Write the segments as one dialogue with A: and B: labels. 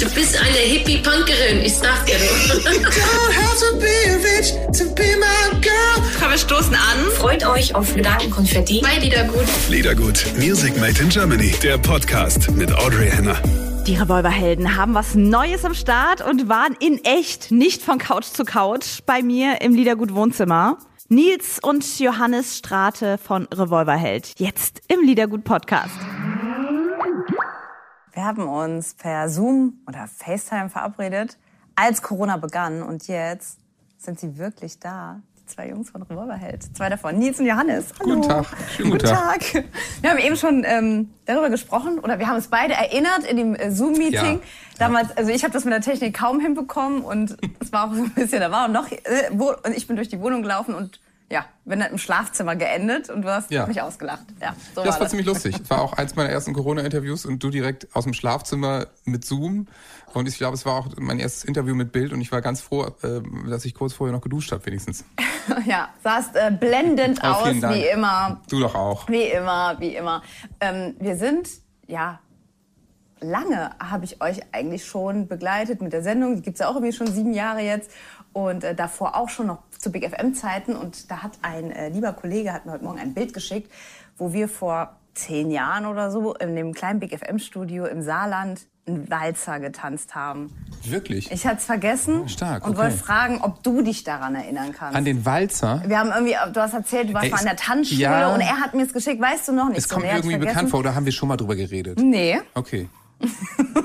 A: Du bist eine Hippie-Punkerin, ich sag dir doch.
B: Komm, wir stoßen an.
C: Freut euch auf Gedankenkonfetti.
A: Bei Liedergut.
D: Liedergut. Music Made in Germany. Der Podcast mit Audrey Henner.
E: Die Revolverhelden haben was Neues am Start und waren in echt nicht von Couch zu Couch bei mir im Liedergut Wohnzimmer. Nils und Johannes Strate von Revolverheld. Jetzt im Liedergut Podcast.
F: Wir haben uns per Zoom oder FaceTime verabredet, als Corona begann. Und jetzt sind sie wirklich da. Die zwei Jungs von Revolverheld. Zwei davon, Nils und Johannes. Hallo.
G: Guten Tag. Schönen guten
F: guten Tag. Wir haben eben schon ähm, darüber gesprochen oder wir haben uns beide erinnert in dem äh, Zoom-Meeting.
G: Ja.
F: Damals, also ich habe das mit der Technik kaum hinbekommen und es war auch so ein bisschen, da war noch, äh, wo, und ich bin durch die Wohnung gelaufen und ja, bin dann im Schlafzimmer geendet und du hast
G: Ja.
F: mich ausgelacht. Ja, so
G: das
F: war
G: war ziemlich lustig. War auch eins meiner ersten Corona-Interviews und du direkt aus dem Schlafzimmer mit Zoom. Und ich glaube, es war auch mein erstes Interview mit Bild und ich war ganz froh, äh, dass ich kurz vorher noch geduscht habe, wenigstens.
F: Ja, sahst äh, blendend
G: Oh,
F: aus,
G: vielen Dank.
F: wie immer.
G: Du doch auch.
F: Wie immer, wie immer. Ähm, wir sind, ja, lange habe ich euch eigentlich schon begleitet mit der Sendung. Die gibt's ja auch irgendwie schon sieben Jahre jetzt. Und äh, davor auch schon noch zu Big FM-Zeiten. Und da hat ein äh, lieber Kollege, hat mir heute Morgen ein Bild geschickt, wo wir vor zehn Jahren oder so in dem kleinen Big FM-Studio im Saarland einen Walzer getanzt haben.
G: Wirklich.
F: Ich hatte es vergessen
G: Ah, Stark,
F: und
G: okay.
F: wollte fragen, ob du dich daran erinnern kannst.
G: An den Walzer.
F: Wir haben irgendwie, du hast erzählt, du warst
G: Ey,
F: mal in
G: es-
F: der Tanzschule
G: ja.
F: und er hat mir es geschickt, weißt du noch nicht.
G: Es
F: so,
G: kommt
F: nee, hab's
G: irgendwie
F: vergessen.
G: bekannt vor oder haben wir schon mal drüber geredet?
F: Nee.
G: Okay.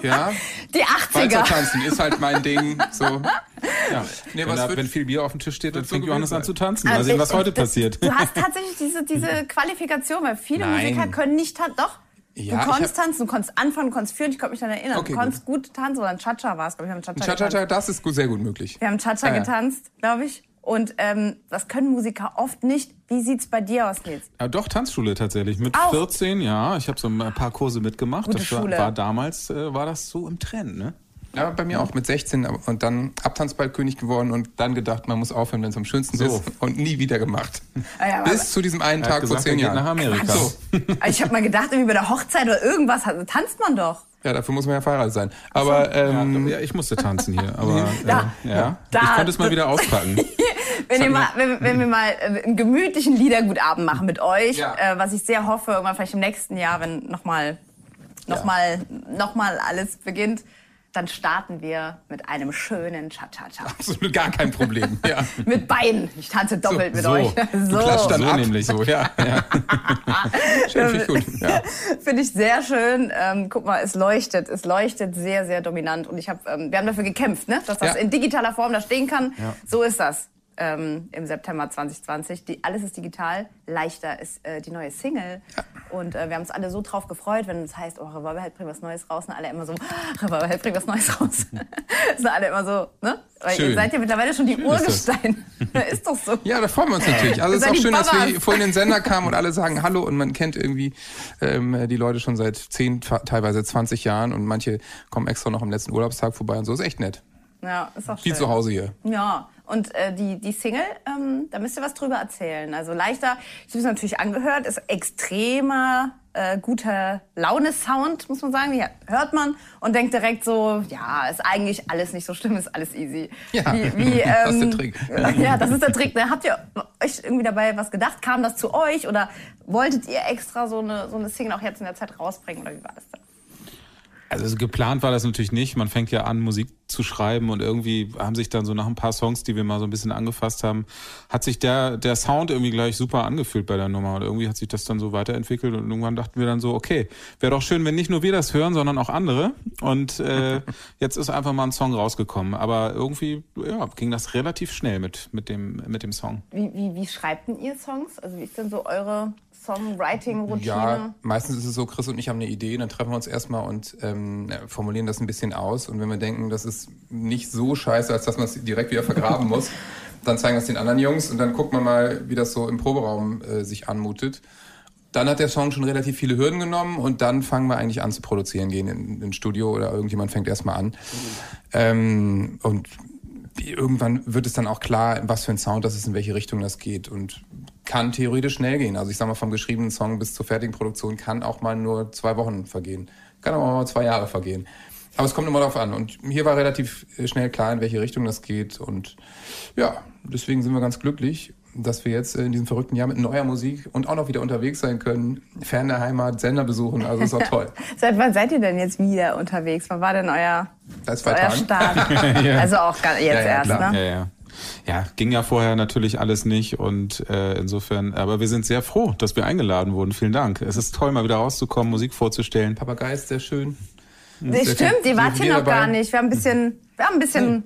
G: Ja.
F: Die
G: Walzer
F: 80er.
G: tanzen ist halt mein Ding. So. Ja. Nee,
H: Wenn,
G: was
H: da,
G: wird,
H: wenn viel Bier auf dem Tisch steht, dann
G: wird so
H: fängt Johannes
G: gewesen
H: an
G: sein.
H: zu tanzen. Mal sehen, was heute passiert.
F: Ah, Also Du hast tatsächlich diese, diese Qualifikation, weil viele
G: Nein.
F: Musiker können nicht tanzen. Doch.
G: Ja,
F: du
G: ich
F: konntest
G: hab-
F: tanzen, du konntest anfangen, du konntest führen, ich konnte mich daran erinnern.
G: Okay,
F: du konntest gut, tanzen oder ein Cha-Cha war es, glaube ich, wir haben Cha-Cha
G: Cha-cha-cha,
F: getanzt.
G: das ist gut, sehr gut möglich.
F: Wir haben Cha-Cha
G: Ja, ja.
F: getanzt, glaube ich. Und ähm, das können Musiker oft nicht. Wie sieht's bei dir aus, Nils?
H: Ja, doch, Tanzschule tatsächlich. Mit
F: Auch?
H: 14, ja. Ich habe so ein paar Kurse mitgemacht.
F: Gute
H: das war,
F: Schule.
H: war damals, äh, war das so im Trend, ne?
G: Ja, bei mir auch mit 16 aber- und dann Abtanzballkönig geworden und dann gedacht, man muss aufhören, wenn es am schönsten
H: So.
G: ist und nie wieder gemacht.
F: Ah ja, aber-
G: Bis zu diesem einen
H: Er hat
G: Tag
H: gesagt,
G: vor zehn
H: er
G: Jahren.
H: geht nach Amerika.
G: So.
F: Also Ich habe mal gedacht, irgendwie bei der Hochzeit oder irgendwas hat- tanzt man doch.
G: Ja, dafür muss man ja verheiratet sein. Aber ähm,
H: Ja, ich musste tanzen hier, aber äh,
F: Da.
H: ja.
F: Da.
H: ich konnte es mal wieder auspacken.
F: Wenn, ihr mal, wenn, wenn wir mal äh, einen gemütlichen Liedergutabend machen mit euch,
G: Ja.
F: äh, was ich sehr hoffe, irgendwann vielleicht im nächsten Jahr, wenn nochmal noch
G: Ja.
F: mal, noch mal alles beginnt, dann starten wir mit einem schönen Cha-Cha-Cha.
G: absolut gar kein Problem. Ja.
F: mit beiden. Ich tanze doppelt mit
G: so.
F: euch.
G: Du klatscht dann
H: So
G: ab.
H: nämlich.
G: So, ja. ja. Schön, finde ich gut. Ja.
F: Finde ich sehr schön. Ähm, guck mal, es leuchtet. Es leuchtet sehr, sehr dominant. Und ich hab, ähm, wir haben dafür gekämpft, ne? dass das
G: Ja.
F: in digitaler Form da stehen kann. So ist das ähm, im September 2020. Die, alles ist digital. Leichter ist äh, die neue Single. Und äh, wir haben uns alle so drauf gefreut, wenn es heißt, oh, Revolverheld bringt was Neues raus. Und alle immer so, Revolverheld bringt was Neues raus. sind alle immer so, ne?
G: Hm.
F: Weil ihr
G: Schön.
F: seid ja mittlerweile schon die
H: ist das.
F: Urgesteine. ist doch so.
G: Ja, da freuen wir uns natürlich. Also
F: Ihr
G: es ist
F: seid
G: auch
F: die
G: schön, dass wir
F: Babas.
G: vorhin in den Sender kamen und alle sagen Hallo und man kennt irgendwie ähm, die Leute schon seit 10, fa- teilweise 20 Jahren und manche kommen extra noch am letzten Urlaubstag vorbei und so. Ist echt nett.
F: Ja, ist doch schön.
G: Viel zu Hause hier.
F: Ja, und äh, die, die Single, ähm, da müsst ihr was drüber erzählen. Also leichter, ich habe es natürlich angehört, ist extremer äh, guter Laune-Sound, muss man sagen. Die hört man und denkt direkt so, ja, ist eigentlich alles nicht so schlimm, ist alles easy. ähm,
G: Ja, das ist der Trick.
F: Ja, das ist der Trick. Ne? Habt ihr euch irgendwie dabei was gedacht? Kam das zu euch oder wolltet ihr extra so eine, so eine Single auch jetzt in der Zeit rausbringen oder wie war das denn?
H: Also geplant war das natürlich nicht. Man fängt ja an, Musik zu schreiben und irgendwie haben sich dann so nach ein paar Songs, die wir mal so ein bisschen angefasst haben, hat sich der, der Sound irgendwie gleich super angefühlt bei der Nummer. Und irgendwie hat sich das dann so weiterentwickelt und irgendwann dachten wir dann so, okay, wäre doch schön, wenn nicht nur wir das hören, sondern auch andere. Und äh, jetzt ist einfach mal ein Song rausgekommen. Aber irgendwie ja, ging das relativ schnell mit, mit, dem, mit dem Song.
F: Wie, wie, wie schreibt denn ihr Songs? Also wie ist denn so eure Songwriting-Routine?
G: Ja, meistens ist es so, Chris und ich haben eine Idee, dann treffen wir uns erstmal und ähm, formulieren das ein bisschen aus. Und wenn wir denken, das ist nicht so scheiße, als dass man es direkt wieder vergraben muss, dann zeigen wir es den anderen Jungs und dann guckt man mal, wie das so im Proberaum äh, sich anmutet. Dann hat der Song schon relativ viele Hürden genommen und dann fangen wir eigentlich an zu produzieren, gehen in- ins Studio oder irgendjemand fängt erstmal an. Ähm, und irgendwann wird es dann auch klar, was für ein Sound das ist, in welche Richtung das geht und kann theoretisch schnell gehen. Also ich sag mal, vom geschriebenen Song bis zur fertigen Produktion kann auch mal nur zwei Wochen vergehen. Kann aber auch mal zwei Jahre vergehen. Aber es kommt immer darauf an. Und hier war relativ äh, schnell klar, in welche Richtung das geht. Und ja, deswegen sind wir ganz glücklich, dass wir jetzt äh, in diesem verrückten Jahr mit neuer Musik und auch noch wieder unterwegs sein können, Fern der Heimat, Sender besuchen. Also es war toll.
F: Seit wann seid ihr denn jetzt wieder unterwegs? Wann war denn euer,
G: Seit zwei
F: euer
G: Tagen.
F: Start?
H: Ja.
F: Also auch gar- jetzt
G: Ja, ja,
F: erst,
G: klar.
F: ne?
H: Ja, ja. Ja, ging ja vorher natürlich alles nicht und äh, insofern, aber wir sind sehr froh, dass wir eingeladen wurden. Vielen Dank. Es ist toll, mal wieder rauszukommen, Musik vorzustellen.
G: Papagei ist sehr schön.
F: Nee,
G: Sehr
F: stimmt,
G: schön.
F: ihr wart
G: Wir
F: hier noch
G: dabei. Hm.
F: gar nicht. Wir haben ein bisschen, wir haben ein bisschen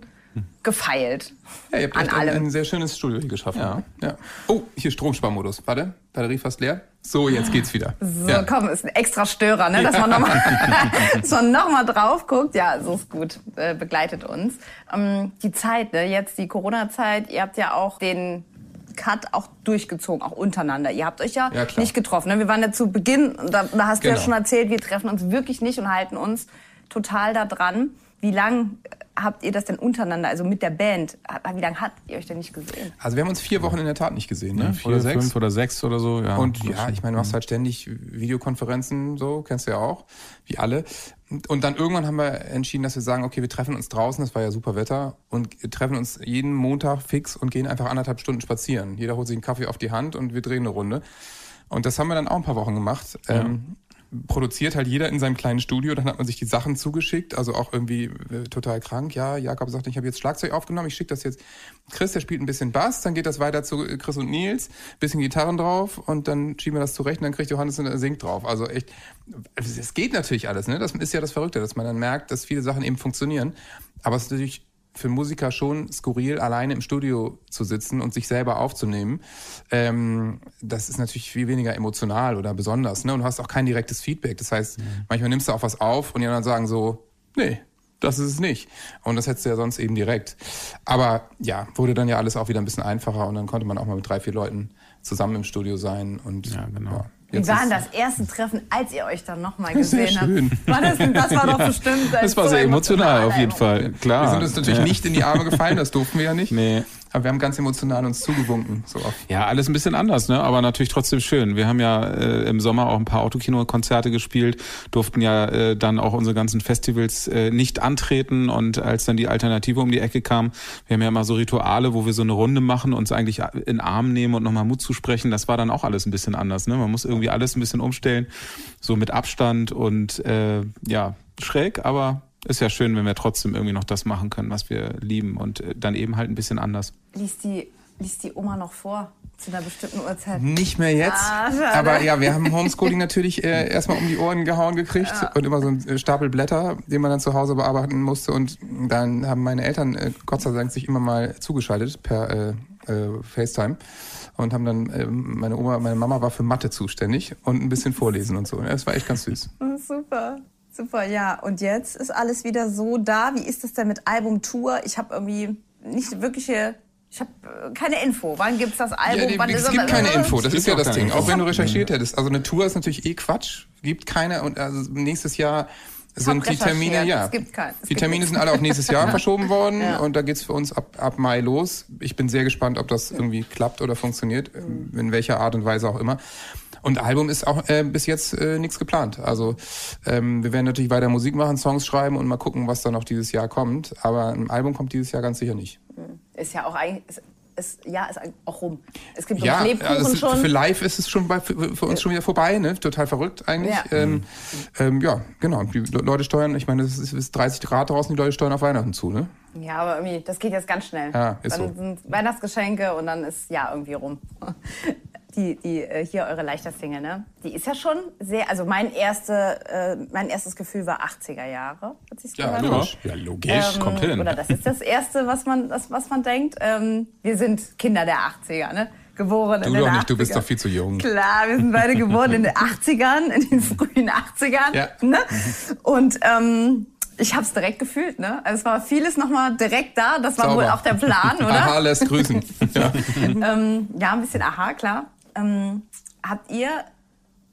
F: gefeilt.
G: Ja, ihr habt
F: An
G: echt ein,
F: allem.
G: ein sehr schönes Studio hier geschaffen. Ja. ja. Oh, hier Stromsparmodus. Warte, Batterie fast leer. So, jetzt geht's wieder.
F: So,
G: ja.
F: komm, ist ein extra Störer, ne? dass man nochmal noch mal drauf guckt. Ja, so ist gut, äh, begleitet uns. Ähm, die Zeit, ne? jetzt die Corona-Zeit, ihr habt ja auch den Cut auch durchgezogen, auch untereinander. Ihr habt euch ja,
G: Ja, klar.
F: nicht getroffen. Ne? Wir waren ja zu Beginn, und da, da hast du
G: Genau.
F: ja schon erzählt, wir treffen uns wirklich nicht und halten uns total da dran. Wie lang habt ihr das denn untereinander, also mit der Band, wie lange habt ihr euch denn nicht gesehen?
G: Also wir haben uns vier Wochen in der Tat nicht gesehen, ne?
H: Vier, fünf oder sechs oder so. Ja.
G: Und ja, ich meine, du machst halt ständig Videokonferenzen, so, kennst du ja auch, wie alle. Und- Und dann irgendwann haben wir entschieden, dass wir sagen, okay, wir treffen uns draußen, das war ja super Wetter, und treffen uns jeden Montag fix und gehen einfach anderthalb Stunden spazieren. Jeder holt sich einen Kaffee auf die Hand und wir drehen eine Runde. Und das haben wir dann auch ein paar Wochen gemacht. Ähm, produziert halt jeder in seinem kleinen Studio, dann hat man sich die Sachen zugeschickt, also auch irgendwie äh, total krank. Ja, Jakob sagt, ich habe jetzt Schlagzeug aufgenommen, ich schicke das jetzt Chris, der spielt ein bisschen Bass, dann geht das weiter zu äh, Chris und Nils, bisschen Gitarren drauf und dann schieben wir das zurecht und dann kriegt Johannes und er singt drauf. Also echt, es geht natürlich alles, ne? Das ist ja das Verrückte, dass man dann merkt, dass viele Sachen eben funktionieren, aber es ist natürlich für Musiker schon skurril, alleine im Studio zu sitzen und sich selber aufzunehmen. Ähm, das ist natürlich viel weniger emotional oder besonders. Ne? Und du hast auch kein direktes Feedback. Das heißt,
F: Mhm.
G: manchmal nimmst du auch was auf und die anderen sagen so, nee, das ist es nicht. Und das hättest du ja sonst eben direkt. Aber ja, wurde dann ja alles auch wieder ein bisschen einfacher und dann konnte man auch mal mit drei, vier Leuten zusammen im Studio sein. Und,
H: Ja, genau.
F: Wie
G: jetzt
F: war
G: ist-
F: denn das erste Treffen, als ihr euch dann nochmal
G: Sehr
F: gesehen
G: schön.
F: habt? War das, das war doch bestimmt.
H: Das war
F: so
H: sehr emotional, auf jeden Fall. Klar.
G: Wir sind uns natürlich
H: ja.
G: nicht in die Arme gefallen, das durften wir ja nicht.
H: Nee.
G: Aber wir haben ganz emotional uns zugewunken. So auf
H: Ja, alles ein bisschen anders, ne? aber natürlich trotzdem schön. Wir haben ja äh, im Sommer auch ein paar Autokino-Konzerte gespielt, durften ja äh, dann auch unsere ganzen Festivals äh, nicht antreten und als dann die Alternative um die Ecke kam, wir haben ja immer so Rituale, wo wir so eine Runde machen, uns eigentlich in den Arm nehmen und nochmal Mut zu sprechen. Das war dann auch alles ein bisschen anders. Ne? Man muss irgendwie alles ein bisschen umstellen, so mit Abstand und äh, ja, schräg, aber ist ja schön, wenn wir trotzdem irgendwie noch das machen können, was wir lieben und äh, dann eben halt ein bisschen anders.
F: Lies die, lies die Oma noch vor zu einer bestimmten Uhrzeit.
G: Nicht mehr jetzt.
F: Ah, schade.
G: aber ja, wir haben Homeschooling natürlich äh, erstmal um die Ohren gehauen gekriegt und immer so einen Stapel Blätter, den man dann zu Hause bearbeiten musste. Und dann haben meine Eltern äh, Gott sei Dank sich immer mal zugeschaltet per äh, äh, FaceTime und haben dann ähm, meine Oma, meine Mama war für Mathe zuständig und ein bisschen vorlesen und so. Es war echt ganz süß.
F: Oh, Super. Super, ja. Und jetzt ist alles wieder so da. Wie ist das denn mit Album-Tour? Ich habe irgendwie nicht wirkliche. Ich habe keine Info. Wann gibt's das Album?
G: Ja,
F: Wann
G: es
F: ist
G: gibt
F: das?
G: keine Info,
H: Es
G: das
H: gibt
G: ist ja
H: auch
G: das
H: keine
G: Ding.
H: Info.
G: Auch wenn du recherchiert hättest. Also eine Tour ist natürlich eh Quatsch, gibt keine und also nächstes Jahr sind die
F: recherchiert,
G: Termine, ja.
F: es gibt keinen, es
G: die
F: gibt
G: Termine
F: nichts.
G: sind alle auf nächstes Jahr verschoben worden
F: Ja.
G: und da geht's für uns ab, ab Mai los. Ich bin sehr gespannt, ob das irgendwie klappt oder funktioniert, ähm, in welcher Art und Weise auch immer. Und Album ist auch äh, bis jetzt äh, nichts geplant. Also ähm, wir werden natürlich weiter Musik machen, Songs schreiben und mal gucken, was dann noch dieses Jahr kommt. Aber ein Album kommt dieses Jahr ganz sicher nicht.
F: Ist ja auch eigentlich. Ist, ist, ja, ist eigentlich auch rum. Es gibt
G: Ja,
F: noch Lebkuchen
G: also es,
F: schon. Äh.
G: für live ist es schon bei, für, für uns schon wieder vorbei, ne? Total verrückt eigentlich.
F: Ja.
G: Ähm, ähm, ja, genau. Die Le- Leute steuern, ich meine, es ist, es ist 30 Grad draußen, die Leute steuern auf Weihnachten zu, ne?
F: Ja, aber irgendwie, das geht jetzt ganz schnell.
G: Ja, ist
F: dann
G: so.
F: sind Weihnachtsgeschenke und dann ist ja irgendwie rum. Die, die äh, hier eure leichter Single, ne? Die ist ja schon sehr, also mein erste, äh, mein erstes Gefühl war 80er Jahre, hat sich's gehört.
H: Ja, logisch,
F: Ähm,
H: kommt hin.
F: Oder das ist das erste, was man, das, was man denkt. Ähm, wir sind Kinder der 80er, ne? Geboren
G: Du
F: in den
G: doch
F: 80ern.
G: nicht, du bist doch viel zu jung.
F: Klar, wir sind beide geboren in den 80ern, in den frühen 80ern.
G: Ja.
F: Ne? Und ähm, ich habe es direkt gefühlt. Ne? Also es war vieles nochmal direkt da. Das war
G: Sauber.
F: wohl auch der Plan,
G: Aha,
F: oder?
G: lässt grüßen. ja.
F: ähm, ja, ein bisschen aha, klar. Ähm, habt ihr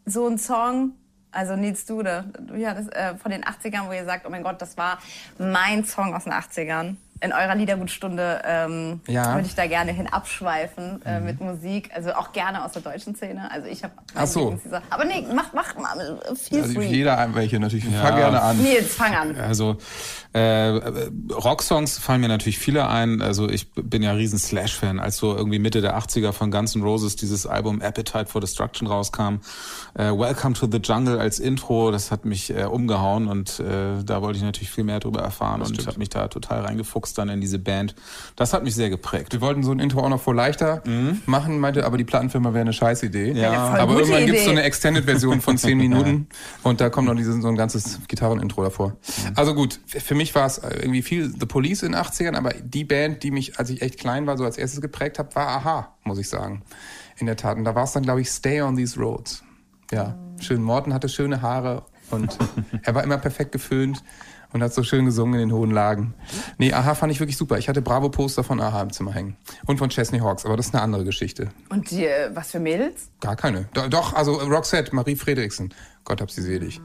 F: so einen Song, also Nils Dude, ja, das, äh, von den 80ern, wo ihr sagt, oh mein Gott, das war mein Song aus den 80ern? in eurer Liedergutstunde ähm,
G: Ja. Mhm.
F: würde ich da gerne hin abschweifen äh, mit Musik. Also auch gerne aus der deutschen Szene. Also ich habe
G: Ach so.
F: Aber nee, mach, mach mal äh, feel
G: Also
F: free.
G: jeder ein welche natürlich. Fang gerne an.
F: Nils, fang an.
H: Also äh, äh, Rocksongs fallen mir natürlich viele ein. Also ich bin ja riesen Slash-Fan. Als so irgendwie Mitte der 80er von Guns N' Roses dieses Album Appetite for Destruction rauskam, äh, Welcome to the Jungle als Intro, das hat mich äh, umgehauen und äh, da wollte ich natürlich viel mehr darüber erfahren und habe mich da total reingefuchst dann in diese Band. Das hat mich sehr geprägt.
G: Wir wollten so ein Intro auch noch vor leichter machen, meinte, aber die Plattenfirma wäre eine Scheißidee.
H: Mhm. Ja,
F: eine voll
G: aber
F: gute
G: irgendwann gibt's so
F: Idee.
G: eine Extended-Version von 10 Minuten und da kommt noch dieses, so ein ganzes Gitarren-Intro davor.
F: Mhm.
G: Also gut, f- für mich war es äh, irgendwie viel The Police in den 80ern, aber die Band, die mich, als ich echt klein war, so als erstes geprägt hat, war Aha, muss ich sagen. In der Tat. Und da war es dann, glaube ich, Stay on These Roads. Ja, schön. Morten hatte schöne Haare und er war immer perfekt geföhnt und hat so schön gesungen in den hohen Lagen. Nee, Aha fand ich wirklich super. Ich hatte Bravo-Poster von Aha im Zimmer hängen. Und von Chesney Hawks, aber das ist eine andere Geschichte.
F: Und die, äh, was für Mädels?
G: Gar keine. Do- Doch, also Roxette, Marie Fredriksen. Gott hab sie selig.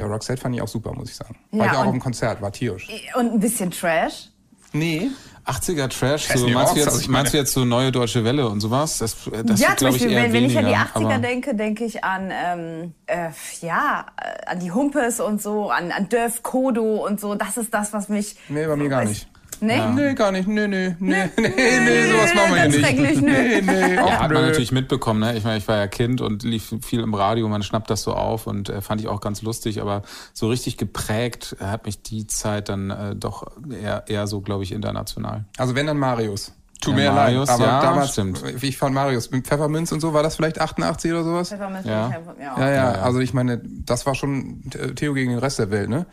G: Ja, Roxette fand ich auch super, muss ich sagen. War
F: Ja,
G: ich auch
F: und-
G: auf dem Konzert, war tierisch.
F: Und ein bisschen Trash.
G: Nee.
H: 80er Trash,
G: Weiß
H: so,
G: nicht,
H: meinst,
G: Rocks,
H: du
G: also
H: jetzt,
G: ich
H: meinst du
G: meine-
H: jetzt so neue deutsche Welle und sowas? Das, das
F: ja,
H: sind,
F: zum
H: glaube ich,
F: Beispiel,
H: eher
F: wenn, wenn ich an die
H: weniger,
F: 80er
H: aber-
F: denke, denke ich an, ähm, äh, ja, äh, an die Humpes und so, an, an Dörf Kodo und so. Das ist das, was mich. ne?
G: Nee, bei mir gar nicht.
F: Nee?
G: Nee, gar nicht. Nee, nee, nee, nee, nee, sowas machen wir hier
F: ganz
G: nicht.
F: schrecklich,
G: nee,
F: nö.
G: nee, auch
H: Ja, hat man
G: blöd.
H: natürlich mitbekommen. Ne? Ich meine, ich war ja Kind und lief viel im Radio. Man schnappt das so auf und äh, fand ich auch ganz lustig. Aber so richtig geprägt äh, hat mich die Zeit dann äh, doch eher, eher so, glaube ich, international.
G: Also wenn, dann Marius. Tut mir
H: Ja, Marius,
G: leid, aber
H: ja,
G: damals,
H: stimmt.
G: wie ich fand Marius, mit Pfefferminz und so, war das vielleicht 88 oder sowas?
F: Pfefferminz
H: Ja.
F: mit Hemd-
G: Ja,
F: ja.
G: ja,
H: ja.
G: also ich meine, das war schon äh, Theo gegen den Rest der Welt, ne?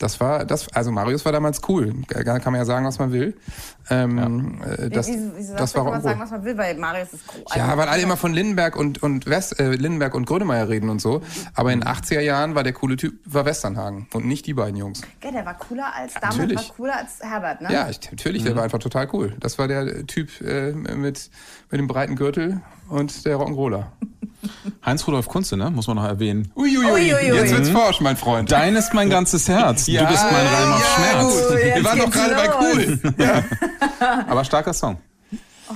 G: Das war, das, also Marius war damals cool. G- Kann man ja sagen, was man will. Ähm, äh, das,
F: Wie- wie- Wieso
G: das
F: das
G: war
F: kann man sagen,
G: uncool.
F: was man will, weil Marius ist Also, groß.
G: Ja, weil alle immer von Lindenberg und, und West, äh, Lindenberg und Grönemeyer reden und so. Aber in den 80er Jahren war der coole Typ, war Westernhagen und nicht die beiden Jungs.
F: Gell, der war cooler als, damals
G: natürlich.
F: war cooler als Herbert, ne?
G: Ja, ich, natürlich, der war einfach total cool. Das war der Typ äh, mit, mit dem breiten Gürtel und der Rock'n'Roller.
H: Heinz-Rudolf Kunze, ne? muss man noch erwähnen.
G: Uiuiui,
F: Uiuiui.
G: jetzt wird's forsch, mein Freund.
H: Dein ist mein ganzes Herz. Du bist mein Reim auf Schmerz.
G: gut.
F: Oh,
G: Wir
F: jetzt
G: waren doch
F: geht's
G: gerade bei
F: los.
G: cool.
H: Aber starker Song.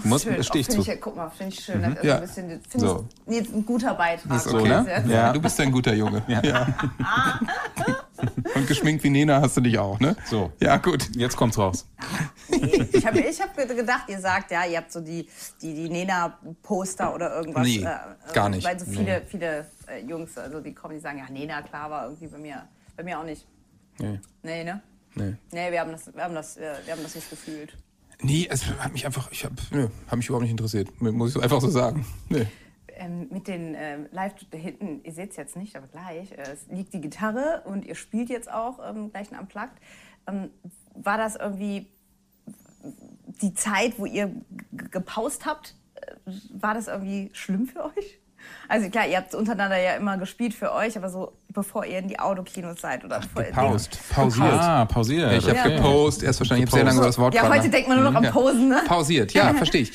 H: Muss,
F: Schön.
H: stehe ich
F: Auch
H: zu.
F: find Ich, guck mal, finde ich schön. Das ist
G: Mhm. Ja.
F: ein bisschen, find
H: So.
F: ich, nee, ein guter Beitrag.
G: Ist
H: So,
G: okay.
H: ne?
G: Ja.
H: Ja.
G: du bist ein guter Junge. Ja. Und geschminkt wie Nena hast du dich auch, ne?
H: So.
G: Ja, gut.
H: Jetzt kommt's raus.
F: Nee, ich habe ich hab ge- gedacht, ihr sagt, ja, ihr habt so die, die, die Nena-Poster oder irgendwas. äh,
G: Nee, gar nicht.
F: Weil so viele, viele äh, Jungs, also die kommen, die sagen, ja, Nena, klar, war irgendwie bei mir, bei mir auch nicht.
G: Nee.
F: Nee, ne?
G: Nee.
F: Nee, wir haben das, wir haben das, äh, wir haben das nicht gefühlt.
G: Nee, es hat mich einfach, ich hab, nö, hat mich überhaupt nicht interessiert. Muss ich so einfach so sagen. Nee.
F: Ähm, mit den ähm, live da hinten, ihr seht es jetzt nicht, aber gleich, äh, es liegt die Gitarre und ihr spielt jetzt auch ähm, gleich ein Unplugged. Ähm, war das irgendwie die Zeit, wo ihr g- gepaust habt? Äh, War das irgendwie schlimm für euch? Also klar, ihr habt untereinander ja immer gespielt für euch, aber so bevor ihr in die Autokinos seid oder bevor ihr-
G: Paust. Pausiert.
H: Äh, Ah, pausiert.
G: Ich habe
H: Okay.
G: gepostet, erst wahrscheinlich, ich habe sehr lange über das Wort
F: Ja,
G: dran-
F: heute denkt man nur noch am Posen, ne?
G: Pausiert, ja, verstehe ich.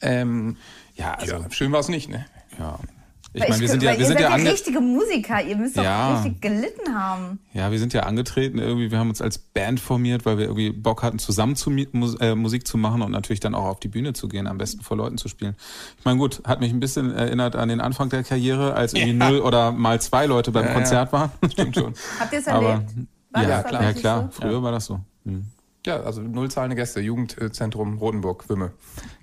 G: Ähm,
H: Ja, also,
G: ja, schön war es nicht, ne?
H: ja.
F: Weil
H: Ich meine, wir sind
F: weil
H: ja, wir
F: ihr
H: sind
F: seid
H: ja
F: ja
H: ange
F: richtige Musiker, ihr müsst doch
H: Ja.
F: richtig gelitten haben.
H: Ja, wir sind ja angetreten irgendwie. Wir haben uns als Band formiert, weil wir irgendwie Bock hatten, zusammen zu, mi- Mus äh, Musik zu machen und natürlich dann auch auf die Bühne zu gehen, am besten vor Leuten zu spielen. Ich meine, gut, hat mich ein bisschen erinnert an den Anfang der Karriere, als irgendwie null oder mal zwei Leute beim Konzert waren.
G: Stimmt schon.
F: Habt ihr es
H: Aber
F: erlebt? War
H: ja,
F: das
H: klar. ja,
F: tatsächlich
H: klar.
F: so?
H: Früher war das so. Mhm.
G: Ja, also null zahlende Gäste, Jugendzentrum Rotenburg, Wümme.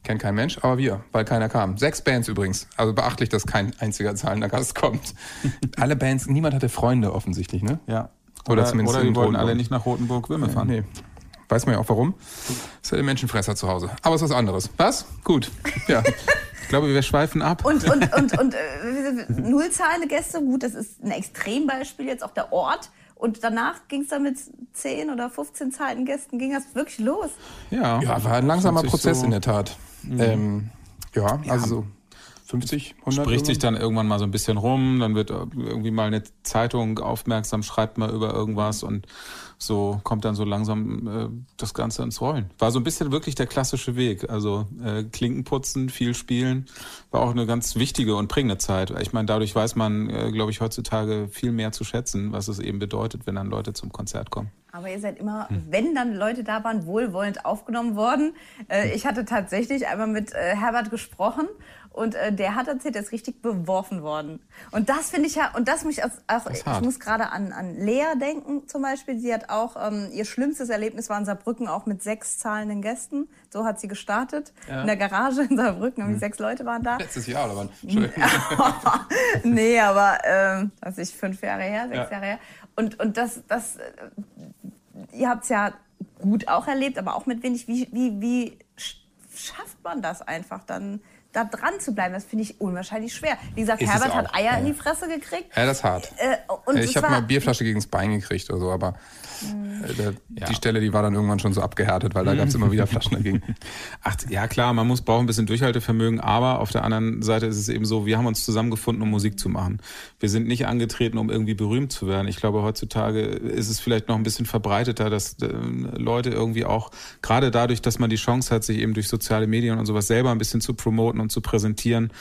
G: Kennt kein Mensch, aber wir, weil keiner kam. Sechs Bands übrigens. Also beachtlich, dass kein einziger zahlender Gast kommt. Alle Bands, niemand hatte Freunde offensichtlich, ne?
H: Ja.
G: Oder zumindest
H: Oder die
G: in
H: wollten
G: Rotenburg.
H: alle nicht nach Rotenburg-Wimme fahren.
G: Nee. Weiß man ja auch warum. Ist ja der Menschenfresser zu Hause. Aber es ist was anderes. Was? Gut. Ja.
H: Ich glaube, wir schweifen ab.
F: Und, und, und, und äh, nullzahlende Gäste, gut, das ist ein Extrembeispiel jetzt auch der Ort. Und danach ging es dann mit 10 oder 15 zahlenden Gästen, ging das wirklich los.
H: ja.
G: ja, war ein langsamer
H: Hat sich
G: Prozess
H: so- Mhm.
G: in der Tat. Ähm, ja, also so 50, 100.
H: spricht sich
G: irgendwas.
H: dann irgendwann mal so ein bisschen rum, dann wird irgendwie mal eine Zeitung aufmerksam, schreibt mal über irgendwas und so kommt dann so langsam äh, das Ganze ins Rollen. War so ein bisschen wirklich der klassische Weg. Also äh, Klinken putzen, viel spielen, war auch eine ganz wichtige und prägende Zeit. Ich meine, dadurch weiß man, äh, glaube ich, heutzutage viel mehr zu schätzen, was es eben bedeutet, wenn dann Leute zum Konzert kommen.
F: Aber ihr seid immer,
H: Hm.
F: wenn dann Leute da waren, wohlwollend aufgenommen worden.
H: Hm.
F: Äh, ich hatte tatsächlich einmal mit äh, Herbert gesprochen und äh, der hat erzählt, er ist richtig beworfen worden. Und das finde ich ja, und das muss ich auch, auch
H: Das ist
F: ich
H: hart.
F: muss gerade an, an Lea denken zum Beispiel. Sie hat auch, ähm, ihr schlimmstes Erlebnis war in Saarbrücken auch mit sechs zahlenden Gästen. So hat sie gestartet. In der Garage in Saarbrücken,
H: Hm.
F: irgendwie sechs Leute waren da.
G: Letztes Jahr,
H: Mhm.
G: oder wann? Entschuldigung.
F: nee, aber ähm, was weiß ich fünf Jahre her, sechs
G: Ja.
F: Jahre her. Und, und das, das, äh, ihr habt es ja gut auch erlebt, aber auch mit wenig. Wie, wie, wie sch- schafft man das einfach dann? Da dran zu bleiben, das finde ich unwahrscheinlich schwer. Wie gesagt,
G: Ist es
F: Herbert
G: auch,
F: hat Eier in
G: ja.
F: die Fresse gekriegt.
G: Ja, das ist hart.
F: Äh, und
G: ich
F: es
G: habe
F: war-
G: mal Bierflasche gegen das Bein gekriegt oder so, aber äh, da, die Stelle, die war dann irgendwann schon so abgehärtet, weil da gab es immer wieder Flaschen dagegen.
H: Ach, ja klar, man muss braucht ein bisschen Durchhaltevermögen, aber auf der anderen Seite ist es eben so, wir haben uns zusammengefunden, um Musik zu machen. Wir sind nicht angetreten, um irgendwie berühmt zu werden. Ich glaube, heutzutage ist es vielleicht noch ein bisschen verbreiteter, dass ähm, Leute irgendwie auch, gerade dadurch, dass man die Chance hat, sich eben durch soziale Medien und sowas selber ein bisschen zu promoten und zu präsentieren,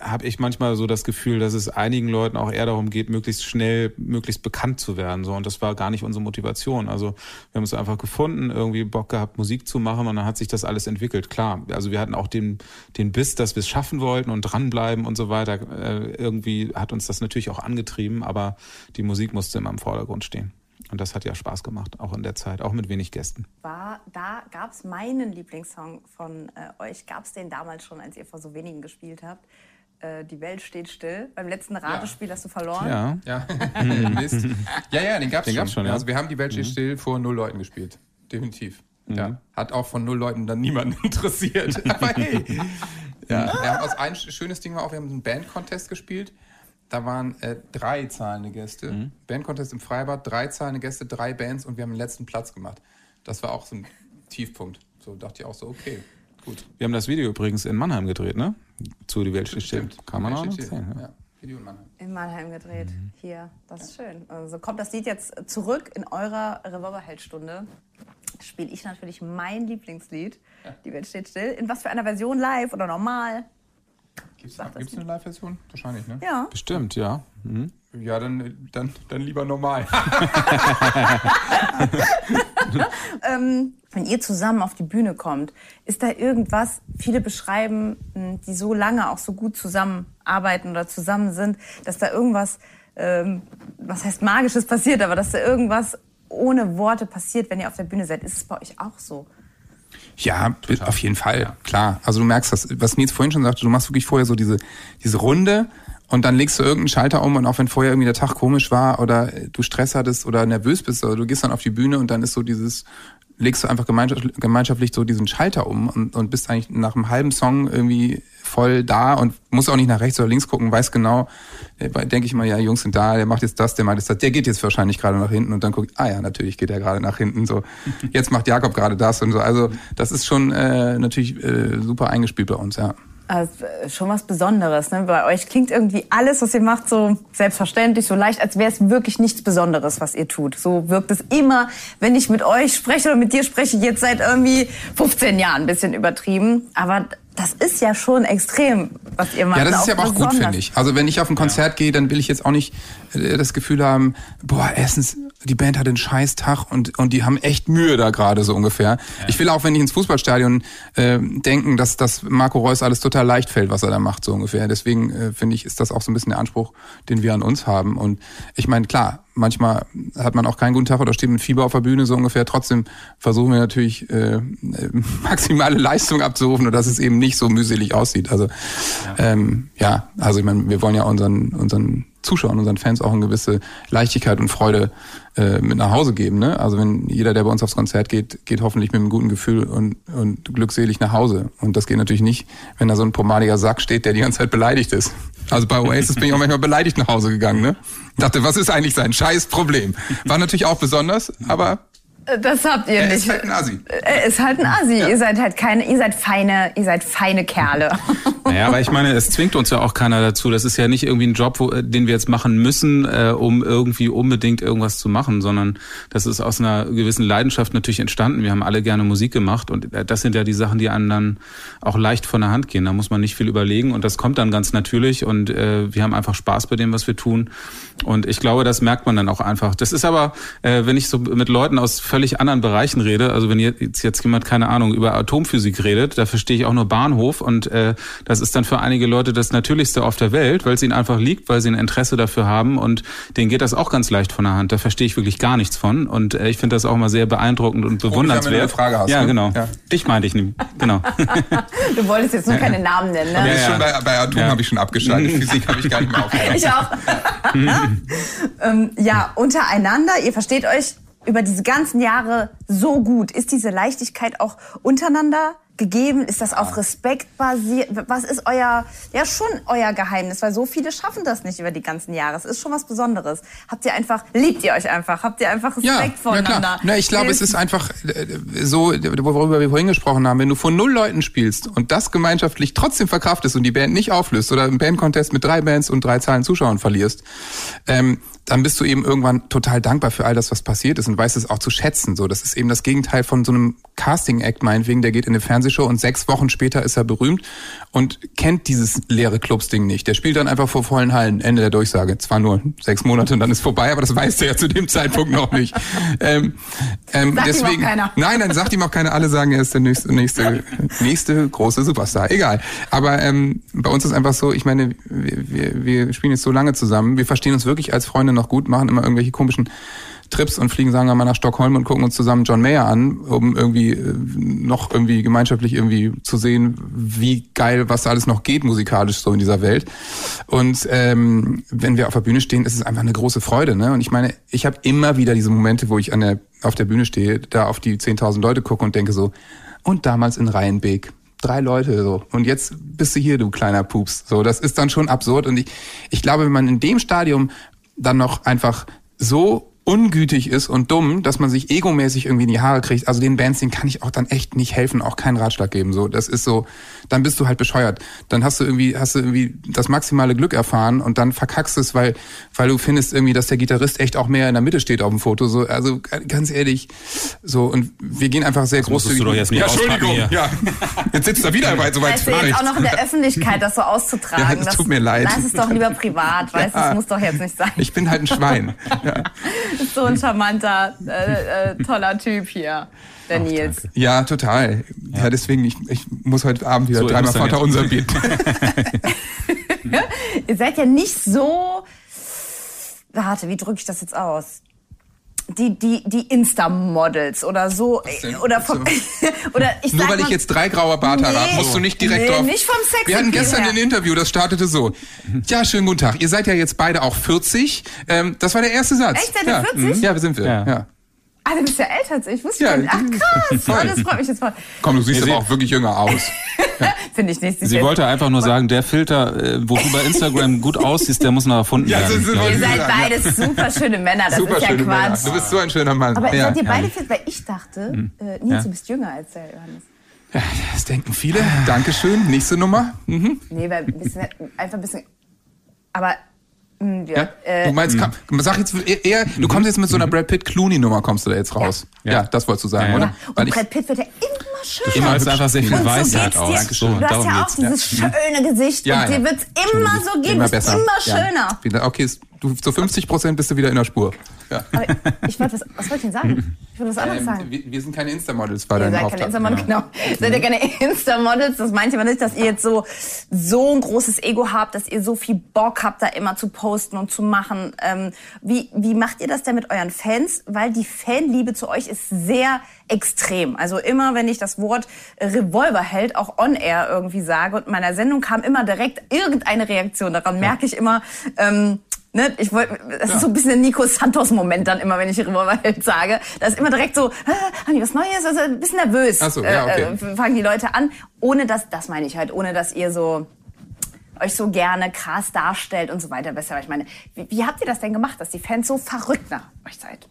H: habe ich manchmal so das Gefühl, dass es einigen Leuten auch eher darum geht, möglichst schnell, möglichst bekannt zu werden. So. Und das war gar nicht unsere Motivation. Also wir haben uns einfach gefunden, irgendwie Bock gehabt, Musik zu machen und dann hat sich das alles entwickelt. Klar, also wir hatten auch den, den Biss, dass wir es schaffen wollten und dranbleiben und so weiter. Äh, irgendwie hat uns das natürlich auch angetrieben, aber die Musik musste immer im Vordergrund stehen. Und das hat ja Spaß gemacht, auch in der Zeit, auch mit wenig Gästen.
F: War, da gab es meinen Lieblingssong von äh, euch. Gab es den damals schon, als ihr vor so wenigen gespielt habt? Äh, die Welt steht still. Beim letzten Ratespiel hast du verloren.
H: Ja.
G: Ja, Mist. Ja, ja, den gab's
H: Den
G: schon.
H: gab's schon, ja. Mhm.
G: Also wir haben die Welt steht still vor null Leuten gespielt. Definitiv. Ja. Hat auch von null Leuten dann niemanden interessiert. Aber hey. Ja. Wir haben aus ein sch- schönes Ding war auch, wir haben einen Band-Contest gespielt. Da waren äh, drei zahlende Gäste.
H: Mhm.
G: Band-Contest im Freibad, drei zahlende Gäste, drei Bands und wir haben den letzten Platz gemacht. Das war auch so ein Tiefpunkt. So dachte ich auch so, okay, gut.
H: Wir haben das Video übrigens in Mannheim gedreht, ne? Zu Die Welt steht still. Kann man auch noch
G: Steht still.
H: erzählen. Ja.
G: Ja. Video in Mannheim.
F: In Mannheim gedreht. Hier, das ist schön. Also kommt das Lied jetzt zurück in eurer Revolverheldstunde. Spiele ich natürlich mein Lieblingslied. Die Welt steht still. In was für einer Version? Live oder normal?
G: Gibt's,
F: Sag das
G: gibt's eine Live-Version? Wahrscheinlich, ne?
F: Ja.
H: Bestimmt, ja. Hm.
G: Ja, dann, dann, dann lieber normal.
F: Wenn ihr zusammen auf die Bühne kommt, ist da irgendwas, viele beschreiben, mh, die so lange auch so gut zusammenarbeiten oder zusammen sind, dass da irgendwas, ähm, was heißt magisches passiert, aber dass da irgendwas ohne Worte passiert, wenn ihr auf der Bühne seid. Ist es bei euch auch so?
G: Ja, auf jeden Fall, klar. Also du merkst das, was Nils vorhin schon sagte, du machst wirklich vorher so diese, diese Runde und dann legst du irgendeinen Schalter um und auch wenn vorher irgendwie der Tag komisch war oder äh, du Stress hattest oder nervös bist oder du gehst dann auf die Bühne und dann ist so dieses, legst du einfach gemeinschaft- gemeinschaftlich so diesen Schalter um und, und bist eigentlich nach einem halben Song irgendwie voll da und musst auch nicht nach rechts oder links gucken, weiß genau, äh, denke ich mal, ja, Jungs sind da, der macht jetzt das, der macht jetzt das, der geht jetzt wahrscheinlich gerade nach hinten und dann guckt, ah ja, natürlich geht er gerade nach hinten, so, jetzt macht Jakob gerade das und so. Also das ist schon äh, natürlich äh, super eingespielt bei uns, ja.
F: Also, äh, schon was Besonderes. Ne? Bei euch klingt irgendwie alles, was ihr macht, so selbstverständlich, so leicht, als wäre es wirklich nichts Besonderes, was ihr tut. So wirkt es immer, wenn ich mit euch spreche oder mit dir spreche, jetzt seit irgendwie 15 Jahren ein bisschen übertrieben. Aber das ist ja schon extrem, was ihr macht.
G: Ja, das ist
F: und
G: ja aber auch gut,
F: besonders.
G: finde ich. Also wenn ich auf ein Konzert gehe, dann will ich jetzt auch nicht äh, das Gefühl haben, boah, erstens, die Band hat einen scheiß Tag und, und die haben echt Mühe da gerade so ungefähr. Ich will auch, wenn ich ins Fußballstadion äh, denken, dass, dass Marco Reus alles total leicht fällt, was er da macht, so ungefähr. Deswegen äh, finde ich, ist das auch so ein bisschen der Anspruch, den wir an uns haben. Und ich meine, klar, manchmal hat man auch keinen guten Tag oder steht mit Fieber auf der Bühne so ungefähr. Trotzdem versuchen wir natürlich äh, äh, maximale Leistung abzurufen und dass es eben nicht so mühselig aussieht. Also ähm, ja, also ich meine, wir wollen ja unseren unseren Zuschauern, unseren Fans auch eine gewisse Leichtigkeit und Freude äh, mit nach Hause geben. Ne? Also wenn jeder, der bei uns aufs Konzert geht, geht hoffentlich mit einem guten Gefühl und, und glückselig nach Hause. Und das geht natürlich nicht, wenn da so ein pomadiger Sack steht, der die ganze Zeit beleidigt ist. Also bei Oasis bin ich auch manchmal beleidigt nach Hause gegangen. Ne? Dachte, was ist eigentlich sein Scheißproblem? War natürlich auch besonders, aber
F: Äh, Das habt ihr
G: Er
F: nicht.
G: ist halt ein Asi.
F: Er ist halt ein Assi. Ihr seid halt keine, ihr seid feine, ihr seid feine Kerle.
H: Naja, aber ich meine, es zwingt uns ja auch keiner dazu. Das ist ja nicht irgendwie ein Job, wo, äh, den wir jetzt machen müssen, äh, um irgendwie unbedingt irgendwas zu machen, sondern das ist aus einer gewissen Leidenschaft natürlich entstanden. Wir haben alle gerne Musik gemacht und äh, das sind ja die Sachen, die einem dann auch leicht von der Hand gehen. Da muss man nicht viel überlegen und das kommt dann ganz natürlich und äh, wir haben einfach Spaß bei dem, was wir tun. Und ich glaube, das merkt man dann auch einfach. Das ist aber, äh, wenn ich so mit Leuten aus völlig anderen Bereichen rede, also wenn jetzt, jetzt jemand, keine Ahnung, über Atomphysik redet, da verstehe ich auch nur Bahnhof und äh, das ist dann für einige Leute das Natürlichste auf der Welt, weil es ihnen einfach liegt, weil sie ein Interesse dafür haben und denen geht das auch ganz leicht von der Hand. Da verstehe ich wirklich gar nichts von und äh, ich finde das auch mal sehr beeindruckend und
G: wenn du eine
H: bewundernswert.
G: Frage hast,
H: ja,
G: ne?
H: genau.
G: Ja.
H: Dich meinte ich, nie. genau.
F: Du wolltest jetzt nur keine Namen nennen, ne?
G: Mir ist
H: ja.
G: Schon bei, bei Atom
H: Ja.
G: habe ich schon abgeschaltet. Physik habe ich gar nicht mehr aufgehört.
F: Ich auch. ähm, ja, untereinander, ihr versteht euch über diese ganzen Jahre so gut. Ist diese Leichtigkeit auch untereinander gegeben? Ist das auf Respekt basiert? Was ist euer, ja schon euer Geheimnis? Weil so viele schaffen das nicht über die ganzen Jahre. Es ist schon was Besonderes. Habt ihr einfach, liebt ihr euch einfach? Habt ihr einfach Respekt voneinander?
G: Na klar. Na, ich glaube, es
F: Hilft-
G: ist einfach äh, so, worüber wir vorhin gesprochen haben, wenn du vor null Leuten spielst und das gemeinschaftlich trotzdem verkraftest und die Band nicht auflöst oder im Bandcontest mit drei Bands und drei Zahlen Zuschauern verlierst, ähm, dann bist du eben irgendwann total dankbar für all das, was passiert ist und weißt es auch zu schätzen. So, das ist eben das Gegenteil von so einem Casting-Act, meinetwegen, der geht in eine Fernsehshow und sechs Wochen später ist er berühmt und kennt dieses leere Clubs-Ding nicht. Der spielt dann einfach vor vollen Hallen, Ende der Durchsage. Zwar nur sechs Monate und dann ist vorbei, aber das weiß der ja zu dem Zeitpunkt noch nicht. Ähm, ähm,
F: Sagt ihm auch
G: deswegen,
F: keiner.
G: Nenein, dann sagt ihm auch keiner, alle sagen, er ist der nächste, nächste, nächste große Superstar. Egal. Aber ähm, bei uns ist einfach so, ich meine, wir, wir, wir spielen jetzt so lange zusammen, wir verstehen uns wirklich als Freunde noch gut, machen immer irgendwelche komischen Trips und fliegen, sagen wir mal, nach Stockholm und gucken uns zusammen John Mayer an, um irgendwie äh, noch irgendwie gemeinschaftlich irgendwie zu sehen, wie geil, was da alles noch geht musikalisch so in dieser Welt. Und ähm, wenn wir auf der Bühne stehen, ist es einfach eine große Freude. Ne? Und ich meine, ich habe immer wieder diese Momente, wo ich an der, auf der Bühne stehe, da auf die 10.000 Leute gucke und denke so, und damals in Rheinbeek. Drei Leute so. Und jetzt bist du hier, du kleiner Pups. So, das ist dann schon absurd. Und ich, ich glaube, wenn man in dem Stadium dann noch einfach so ungütig ist und dumm, dass man sich egomäßig irgendwie in die Haare kriegt. Also den Bands, denen kann ich auch dann echt nicht helfen, auch keinen Ratschlag geben. So, das ist so, dann bist du halt bescheuert. Dann hast du irgendwie, hast du irgendwie das maximale Glück erfahren und dann verkackst es, weil, weil du findest irgendwie, dass der Gitarrist echt auch mehr in der Mitte steht auf dem Foto. So, also g- ganz ehrlich, so und wir gehen einfach sehr großzügig.
H: musstest du doch jetzt nicht
G: ja,
H: auspacken
G: Entschuldigung,
H: hier.
G: ja. Jetzt sitzt er wieder weit so weit
F: Weißt du, jetzt auch
G: zurück.
F: noch in der Öffentlichkeit das so auszutragen.
G: Ja, das tut mir leid.
F: Lass es doch lieber privat, weißt du,
G: Ja.
F: es muss doch jetzt nicht sein.
G: Ich bin halt ein Schwein. Ja.
F: so ein charmanter, äh, äh, toller Typ hier, der Nils.
G: Ja, total. Ja, deswegen, ich, ich muss heute Abend wieder
H: So, ihr
G: dreimal
H: müsst dann
G: Vater
H: jetzt-
G: unser bieten.
F: Ihr seid ja nicht so. Warte, wie drücke ich das jetzt aus? Die, die, die Insta-Models oder so.
G: Was denn?
F: Oder vom, oder ich
G: Nur
F: sag
G: weil
F: mal,
G: ich jetzt drei graue Bart habe,
F: Nee.
G: musst du nicht direkt
F: Nee,
G: auf.
F: nicht vom Sexappeal
G: Wir hatten gestern
F: her.
G: ein Interview, das startete so. Ja, schönen guten Tag. Ihr seid ja jetzt beide auch 40. Ähm, das war der erste Satz.
F: Echt? Seid ihr
G: ja.
F: 40?
G: Mhm. Ja, wir sind wir. Ja.
H: Ja.
F: Ah, du bist ja älter als ich, wusste ich
G: Ja,
F: gar nicht. Ach krass,
G: voll.
F: oh, das freut mich jetzt voll.
G: Komm, du siehst
H: Ihr
G: aber
H: seht-
G: auch wirklich jünger aus.
F: Finde ich nicht.
H: Sie
F: jetzt-
H: wollte einfach nur sagen, der Filter, äh, worüber Instagram gut aussieht, der muss noch erfunden
G: Ja, so
H: werden.
G: sind
H: glaub
G: wir.
H: ich.
F: Ihr seid
G: Ja.
F: beides super schöne Männer, das
G: Super
F: ist ja
G: schön. Männer.
F: Quatsch.
G: Du bist so ein schöner Mann.
F: Aber
G: ja. Hm.
F: seid ihr beide fit? Weil ich dachte, äh, Nils, du bist jünger als der Johannes.
G: Das denken viele. Dankeschön. Nächste Nummer. Mhm.
F: Nee, weil ein bisschen, einfach ein bisschen. Aber. Mh, ja,
G: Ja?
F: Äh,
G: du meinst, komm, sag jetzt eher, du kommst jetzt mit so einer Brad Pitt Clooney Nummer kommst du da jetzt raus. Ja,
H: Ja.
G: das wolltest du sagen,
H: Ja, ja.
G: oder?
F: und Brad Pitt wird ja immer schöner.
H: Du malst einfach sehr viel
F: und so
G: halt
H: Weisheit
F: geht's dir.
H: aus. So,
F: du hast
H: darum
F: ja auch
H: geht's.
F: dieses schöne Gesicht
G: Mhm. Ja,
F: und
G: ja.
F: dir wird's immer so geben,
G: Immer
F: immer,
G: besser.
F: immer
G: Ja.
F: schöner.
G: Wieder- Okay, ist- du, zu 50 Prozent bist du wieder in der Spur. Ja. Ähm,
F: Aber ich wollte was, was wollte ich denn sagen? Ich wollte was anderes sagen.
G: wir, wir sind keine Insta-Models bei
F: Ihr
G: deinem
F: seid
G: Auftrag.
F: keine Insta-Models, genau. Seid ihr keine Insta-Models? Das meint ihr aber nicht, dass ihr jetzt so, so ein großes Ego habt, dass ihr so viel Bock habt, da immer zu posten und zu machen. Ähm, wie, wie macht ihr das denn mit euren Fans? Weil die Fanliebe zu euch ist sehr extrem. Also immer, wenn ich das Wort Revolverheld auch on-air irgendwie sage und in meiner Sendung kam immer direkt irgendeine Reaktion. Daran merke ich immer, ähm, Ne, ich wollte, das ist so ein bisschen der Nico Santos-Moment dann immer, wenn ich Revolverheld sage. Da ist immer direkt so, ah, haben die was Neues? Also ein bisschen nervös.
G: Ach so, ja, okay.
F: äh, fangen die Leute an, ohne dass, das meine ich halt, ohne dass ihr so euch so gerne krass darstellt und so weiter. Besser, weil ich meine, wie, wie habt ihr das denn gemacht, dass die Fans so verrückt nach euch seid?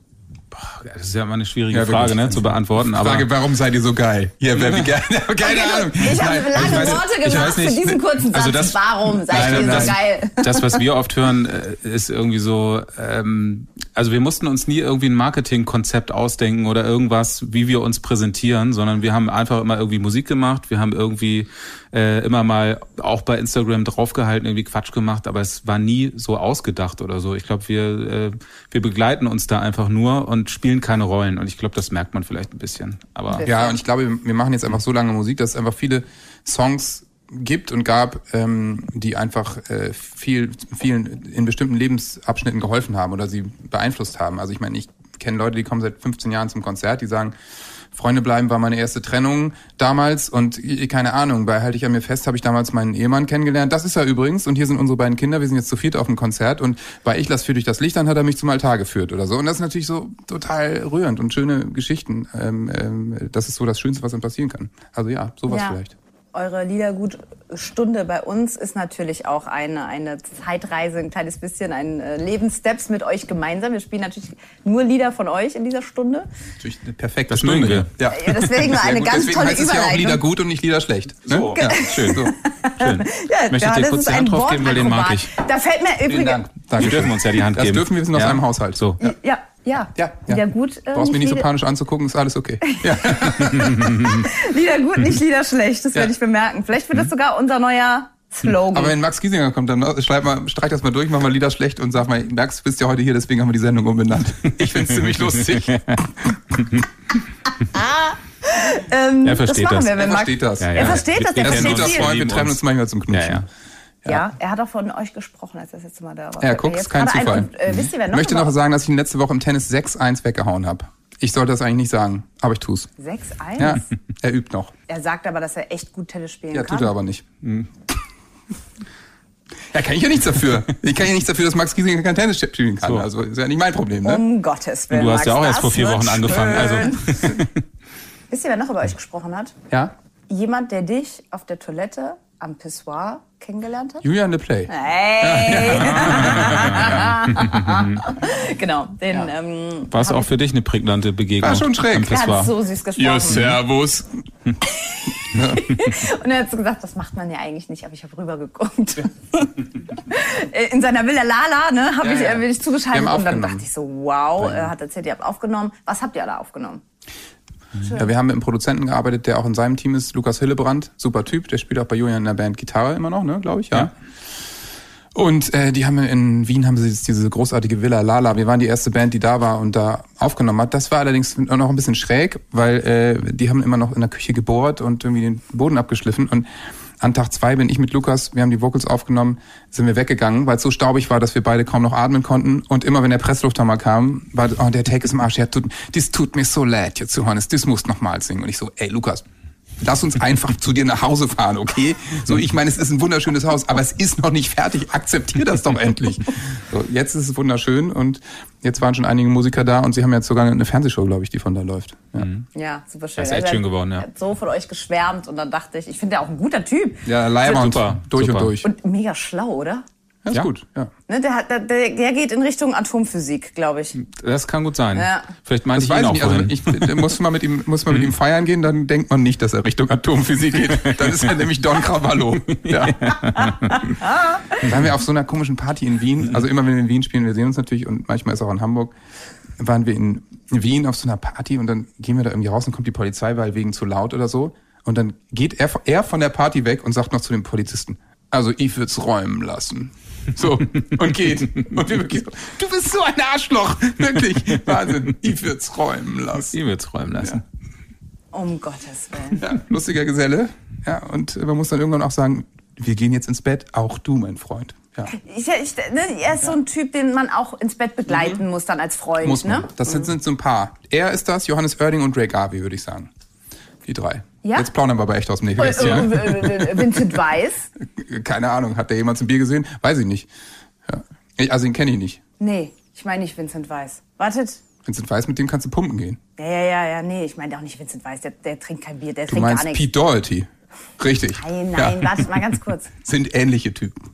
H: Boah, Das ist ja immer eine schwierige
G: Ja, wirklich.
H: Frage, ne, zu beantworten. Aber
G: Frage, warum seid ihr so geil? Ja, wer wie geil? Keine Ahnung.
F: Ich habe
G: Nein, ich
F: lange
G: weiß-
F: Worte
G: ich
F: gemacht
G: weiß nicht. ne,
F: für diesen kurzen Satz.
H: Also das-
F: Warum seid
H: Nein,
F: ihr
H: nein,
F: so
H: nein.
F: geil?
H: das, was wir oft hören, äh, ist irgendwie so, ähm, also wir mussten uns nie irgendwie ein Marketingkonzept ausdenken oder irgendwas, wie wir uns präsentieren, sondern wir haben einfach immer irgendwie Musik gemacht, wir haben irgendwie äh, immer mal auch bei Instagram draufgehalten, irgendwie Quatsch gemacht, aber es war nie so ausgedacht oder so. Ich glaube, wir, äh, wir begleiten uns da einfach nur und spielen keine Rollen und ich glaube, das merkt man vielleicht ein bisschen. Aber
G: Ja, und ich glaube, wir machen jetzt einfach so lange Musik, dass es einfach viele Songs gibt und gab, ähm, die einfach äh, viel, vielen in bestimmten Lebensabschnitten geholfen haben oder sie beeinflusst haben. Also ich meine, ich kenne Leute, die kommen seit 15 Jahren zum Konzert, die sagen, Freunde bleiben war meine erste Trennung damals und i- keine Ahnung, bei Halte ich an mir fest habe ich damals meinen Ehemann kennengelernt. Das ist er übrigens und hier sind unsere beiden Kinder, wir sind jetzt zu viert auf dem Konzert und bei Ich lass für durch das Licht, dann hat er mich zum Altar geführt oder so. Und das ist natürlich so total rührend und schöne Geschichten. Ähm, ähm, das ist so das Schönste, was dann passieren kann. Also ja, sowas vielleicht.
F: Eure Liedergutstunde bei uns ist natürlich auch eine, eine Zeitreise, ein kleines bisschen, ein äh, Lebenssteps mit euch gemeinsam. Wir spielen natürlich nur Lieder von euch in dieser Stunde.
G: Natürlich eine perfekte
H: Das
G: Stunde.
H: mögen wir.
G: Ja.
F: Ja, deswegen eine
G: gut.
F: ganz
G: deswegen
F: tolle
G: heißt es ja auch
F: Überleitung. Genau.
G: Lieder gut und nicht Lieder schlecht. Ne?
H: So.
G: Ja, schön. So.
H: schön.
F: Ja,
H: ich möchte dir
F: Johannes
H: kurz
F: ist
H: die
F: ein
H: Hand drauf geben, weil den mag
F: Wortakrobat.
H: ich.
F: Da fällt mir
G: Vielen
F: übrigens
G: Dank. Danke.
H: Wir dürfen uns ja die Hand
G: Das
H: geben.
G: dürfen wir, wir sind aus
H: Ja.
G: einem Haushalt.
H: So.
F: Ja, ja.
G: Ja, ja.
F: Lieder gut. äh,
G: Brauchst mich nicht so
F: Lieder-
G: panisch anzugucken, ist alles okay. Ja.
F: Lieder gut, nicht Lieder schlecht. Das
G: Mhm. Ja. Mhm.
F: werde ich bemerken. Vielleicht wird das sogar unser neuer Slogan.
G: Aber wenn Max Giesinger kommt, dann schreib mal, streich das mal durch, mach mal Lieder schlecht und sag mal, Max, du bist ja heute hier, deswegen haben wir die Sendung umbenannt. Ich find's ziemlich lustig.
F: ähm,
H: Er versteht
F: das machen
H: das.
F: wir, wenn
G: Er
F: Max-
G: versteht das.
H: Ja,
G: Ja,
H: ja.
F: Er versteht das, der
H: Wir
G: Das
H: kennen
G: sind
F: versteht
G: das
H: uns, wir
G: Freund, wir
H: lieben
G: treiben uns manchmal zum
H: Ja,
G: Knutschen.
H: ja.
F: Ja. er hat auch von euch gesprochen, als das letzte Mal da war.
G: Ja,
F: Fällt mir
G: guck,
F: jetzt
G: ist kein
F: gerade ein.
G: Zufall.
F: Und, äh, wisst ihr, wer
G: ich
F: noch
G: möchte noch
F: über-
G: sagen, dass ich ihn letzte Woche im Tennis 6-1 weggehauen habe. Ich sollte das eigentlich nicht sagen, aber ich tu's.
F: 6-1?
G: Ja, er übt noch.
F: Er sagt aber, dass er echt gut Tennis spielen
G: Ja,
F: kann.
G: tut er aber nicht. Ja, kann ich ja nichts dafür. Ich kann ja nichts dafür, dass Max Giesinger kein Tennis spielen kann.
H: So.
G: Also ist ja nicht mein Problem, ne?
F: Um Gottes Willen.
H: Du hast ja
F: Max,
H: auch erst vor
F: das
H: vier
F: wird
H: Wochen angefangen.
F: schön.
H: Also
F: Wisst ihr, wer noch über euch gesprochen hat?
G: Ja?
F: Jemand, der dich auf der Toilette am Pissoir kennengelernt hat?
G: Julian Le Play.
F: Hey! genau, den. Ähm,
H: war es auch für dich eine prägnante Begegnung.
G: War schon schräg.
H: am
F: er
H: Pissoir?
F: hat so süß gesprochen.
G: servus.
F: Und er hat so gesagt, das macht man ja eigentlich nicht, aber ich habe rübergeguckt. In seiner Villa Lala, ne, habe
G: Ja,
F: ich,
G: ja.
F: äh, bin ich
G: Wir
F: zugeschaltet
G: haben
F: und dann
G: aufgenommen.
F: dachte ich so, wow, er hat erzählt, ihr habt aufgenommen. Was habt ihr alle aufgenommen?
G: Ja, wir haben mit einem Produzenten gearbeitet, der auch in seinem Team ist, Lukas Hillebrand, super Typ, der spielt auch bei Julian in der Band Gitarre immer noch, ne, glaube ich, ja.
H: Ja.
G: Und äh, die haben in Wien haben sie jetzt diese großartige Villa Lala. Wir waren die erste Band, die da war und da aufgenommen hat. Das war allerdings noch ein bisschen schräg, weil äh, die haben immer noch in der Küche gebohrt und irgendwie den Boden abgeschliffen. Und an Tag zwei bin ich mit Lukas, wir haben die Vocals aufgenommen, sind wir weggegangen, weil es so staubig war, dass wir beide kaum noch atmen konnten. Und immer wenn der Presslufthammer kam, war oh, der Take ist im Arsch. Ja, tut, das tut mir so leid, jetzt Johannes, das musst nochmal singen. Und ich so, ey Lukas, Lass uns einfach zu dir nach Hause fahren, okay? So, ich meine, es ist ein wunderschönes Haus, aber es ist noch nicht fertig. Akzeptier das doch endlich. So, jetzt ist es wunderschön und jetzt waren schon einige Musiker da und sie haben jetzt sogar eine Fernsehshow, glaube ich, die von da läuft. Ja,
F: Ja, super schön.
H: Das ist echt
F: Also,
H: schön geworden, ja.
F: er hat so von euch geschwärmt und dann dachte ich, ich finde er auch ein guter Typ.
G: ja Leiband,
H: Super,
G: durch
H: super.
G: und durch.
F: Und mega schlau, oder?
G: ja, ist
H: Ja.
G: gut, ja.
F: Ne, der, hat, der, der geht in Richtung Atomphysik, glaube ich.
H: Das kann gut sein.
F: Ja.
H: Vielleicht meinte
G: Das
H: ich ihn
G: weiß ich
H: auch
G: nicht. Also,
H: vorhin.
G: ich äh, muss mal mit ihm, muss mal mit ihm feiern gehen, dann denkt man nicht, dass er Richtung Atomphysik geht. Dann ist er nämlich Don Cavallo. Ja. Da waren wir auf so einer komischen Party in Wien. Also immer wenn wir in Wien spielen, wir sehen uns natürlich und manchmal ist auch in Hamburg. Waren wir in Wien auf so einer Party und dann gehen wir da irgendwie raus und kommt die Polizei, weil wegen zu laut oder so. Und dann geht er, er von der Party weg und sagt noch zu dem Polizisten, also ich würde räumen lassen. So, und geht. Und wir wirklich so, du bist so ein Arschloch. Wirklich. Wahnsinn. Ich würde räumen lassen.
H: Ihm jetzt räumen lassen.
F: Um Gottes Willen.
G: Ja, lustiger Geselle. Ja, und man muss dann irgendwann auch sagen, wir gehen jetzt ins Bett, auch du, mein Freund. Ja,
F: Ich, ich, ne, er ist so ein Typ, den man auch ins Bett begleiten muss, dann als Freund.
G: Mhm. muss man.
F: Ne?
G: Das sind, sind so ein paar. Er ist das, Johannes Oerding und Drake Garvey, würde ich sagen. Die drei.
F: Ja?
G: Jetzt plaudern wir aber echt aus dem
F: Äh,
G: Nähkästchen. ne?
F: äh, äh, Vincent Weiss?
G: Keine Ahnung, hat der jemand ein Bier gesehen? Weiß ich nicht. Ja. Ich, also, den kenne ich nicht.
F: Nee, ich meine nicht Vincent Weiss. Wartet.
G: Vincent Weiß, mit dem kannst du pumpen gehen.
F: Ja, ja, ja, ja, nee, ich meine auch nicht Vincent Weiss, der, der trinkt kein Bier, der
G: Du
F: trinkt
G: meinst
F: gar nichts.
G: Pete Doherty. Richtig.
F: Nein, nein,
G: Ja.
F: wartet mal ganz kurz.
G: Sind ähnliche Typen.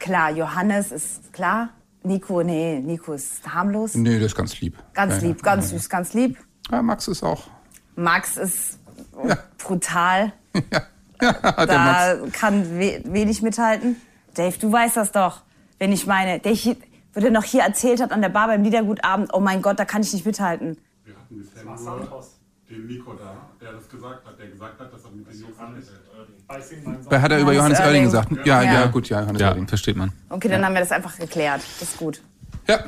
F: Klar, Johannes ist klar. Nico, nee, Nico ist harmlos.
G: Nee, das ist ganz lieb.
F: Ganz
G: Nein,
F: lieb, ganz
G: nein,
F: süß, ganz lieb.
G: nein. Ja, Max ist auch.
F: Max ist
G: Ja.
F: brutal.
G: Ja, ja der Max.
F: Da kann we wenig mithalten. Dave, du weißt das doch. Wenn ich meine, der hier, wurde noch hier erzählt hat an der Bar beim Liedergutabend, oh mein Gott, da kann ich nicht mithalten.
I: Wir hatten bisher nur den Nico da, der das gesagt hat, der gesagt hat, dass er mit den Jungs anhält.
G: Da Äh, hat er über Johannes
F: Johannes
G: Oerding
F: Oerding.
G: gesagt. Ja, ja,
F: Ja.
G: gut, ja, Johannes
H: Ja,
G: Oerding.
H: versteht man.
F: Okay, dann haben wir das einfach geklärt. Das ist gut.
G: Ja.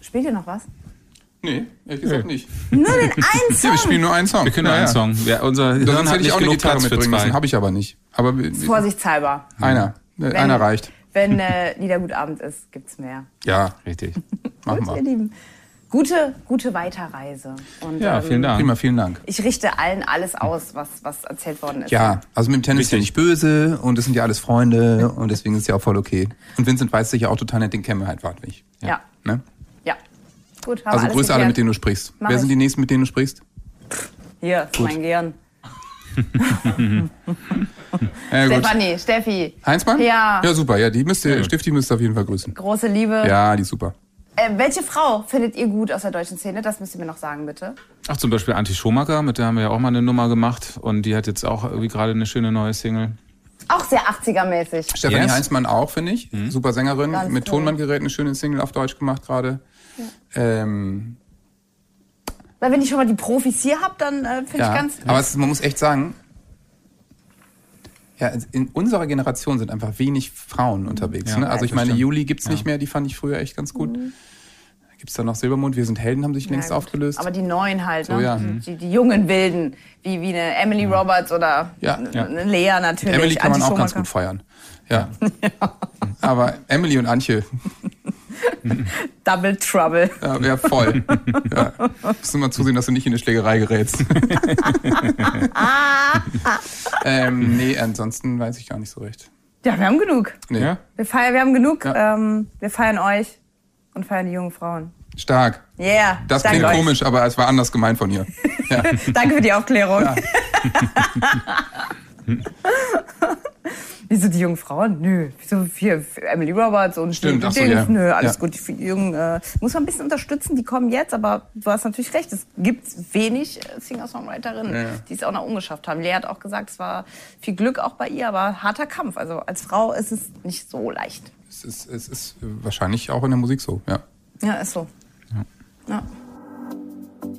F: Spielt ihr noch was?
G: Nee, ehrlich gesagt nicht.
F: Nur den einen
G: Ja, wir
F: Song.
G: spielen nur einen Song.
H: Wir können nur
G: Oh, Ja,
H: einen
G: ja.
H: Song. Ja, unser
G: Da
H: Hirn
G: Sonst
H: hat
G: hätte ich
H: nicht
G: auch eine
H: genug
G: Gitarre
H: Platz für
G: mitbringen müssen,
H: zwei.
G: habe ich aber nicht. Aber wir-
F: Vorsichtshalber.
G: einer. Äh, Einer reicht.
F: Wenn äh, Liedergutabend ist, gibt's mehr.
G: Ja,
H: Richtig.
G: machen
F: Gut, ihr
G: wir.
F: Lieben. Gute, gute Weiterreise. Und,
H: Ja,
F: ähm,
H: vielen Dank.
G: Prima, vielen Dank.
F: Ich richte allen alles aus, was, was erzählt worden ist.
G: Ja, also mit dem Tennis ist ja nicht böse und es sind ja alles Freunde und deswegen ist ja auch voll okay. Und Vincent weiß sicher auch total nett, den kennen wir halt wahrlich.
F: Ja.
G: Ne?
F: Ja. Gut, haben
G: Also
F: wir alles
G: Grüße alle,
F: geklärt.
G: mit denen du sprichst.
F: Mach
G: Wer
F: ich.
G: sind die nächsten, mit denen du sprichst?
F: Hier, mein Gehirn.
G: Ja, gut.
F: Stefanie, Steffi.
G: Heinzmann?
F: Ja.
G: Ja, super. Ja, die müsst ihr, Stift, die müsst ihr auf jeden Fall grüßen.
F: Große Liebe.
G: Ja, die ist super.
F: Äh, welche Frau findet ihr gut aus der deutschen Szene? Das müsst ihr mir noch sagen, bitte.
H: Ach, zum Beispiel Anti Schumacher, mit der haben wir ja auch mal eine Nummer gemacht und die hat jetzt auch irgendwie gerade eine schöne neue Single.
F: Auch sehr 80er-mäßig.
G: Stefanie
H: Yes. Mhm.
G: Heinzmann auch, finde ich. Super Sängerin.
F: Ganz
G: mit
F: toll.
G: Tonbandgerät eine schöne Single auf Deutsch gemacht gerade. Ähm,
F: Weil wenn ich schon mal die Profis hier hab, dann äh, finde
G: ja.
F: ich ganz...
G: Aber es, man muss echt sagen, ja, in unserer Generation sind einfach wenig Frauen unterwegs.
H: Ja,
G: ne? Also
H: das
G: ich meine,
H: stimmt.
G: Juli gibt's
H: Ja.
G: nicht mehr, die fand ich früher echt ganz gut. Gibt's da noch Silbermond? Wir sind Helden, haben sich längst
F: Ja, Mhm. gut.
G: aufgelöst.
F: Aber die Neuen halt, ne?
G: So, ja. Mhm.
F: die, die jungen Wilden, wie, wie eine Emily Roberts oder
G: Ja,
F: eine
G: ja.
F: eine Lea natürlich.
G: Emily kann man
F: Anti
G: auch ganz
F: Schumacher.
G: gut feiern. Ja. Aber Emily und Antje,
F: Double Trouble.
G: ja, wär voll. ja. Müssen wir mal zusehen, dass du nicht in eine Schlägerei gerätst. ähm, nee, ansonsten weiß ich gar nicht so recht.
F: Ja, wir haben genug.
G: Nee.
H: Ja?
F: Wir, feiern, wir haben genug.
G: Ja.
F: Ähm, wir feiern euch und feiern die jungen Frauen.
G: Stark.
F: Yeah.
G: Das
F: danke
G: klingt
F: euch.
G: komisch, aber es war anders gemeint von ihr. Ja.
F: Danke für die Aufklärung. Wieso die jungen Frauen? Nö. Wieso hier Emily Roberts und
G: Stimmt,
F: die
G: ach so,
F: Dings?
G: ja.
F: Nö, alles
G: Ja.
F: gut. Die jungen äh, muss man ein bisschen unterstützen. Die kommen jetzt, aber du hast natürlich recht. Es gibt wenig äh, Singer-Songwriterinnen,
G: Ja.
F: die es auch noch umgeschafft haben. Lea hat auch gesagt, es war viel Glück auch bei ihr, aber harter Kampf. Also als Frau ist es nicht so leicht.
G: Es, ist, es ist wahrscheinlich auch in der Musik so, ja.
F: Ja, ist so. ja.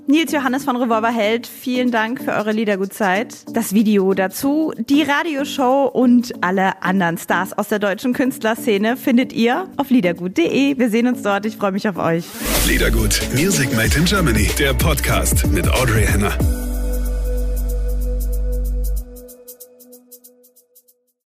E: Nils Johannes von Revolverheld, vielen Dank für eure Liedergutzeit. Das Video dazu, die Radioshow und alle anderen Stars aus der deutschen Künstlerszene findet ihr auf liedergut.de. Wir sehen uns dort. Ich freue mich auf euch.
D: Liedergut. Music Made in Germany. Der Podcast mit Audrey Henner.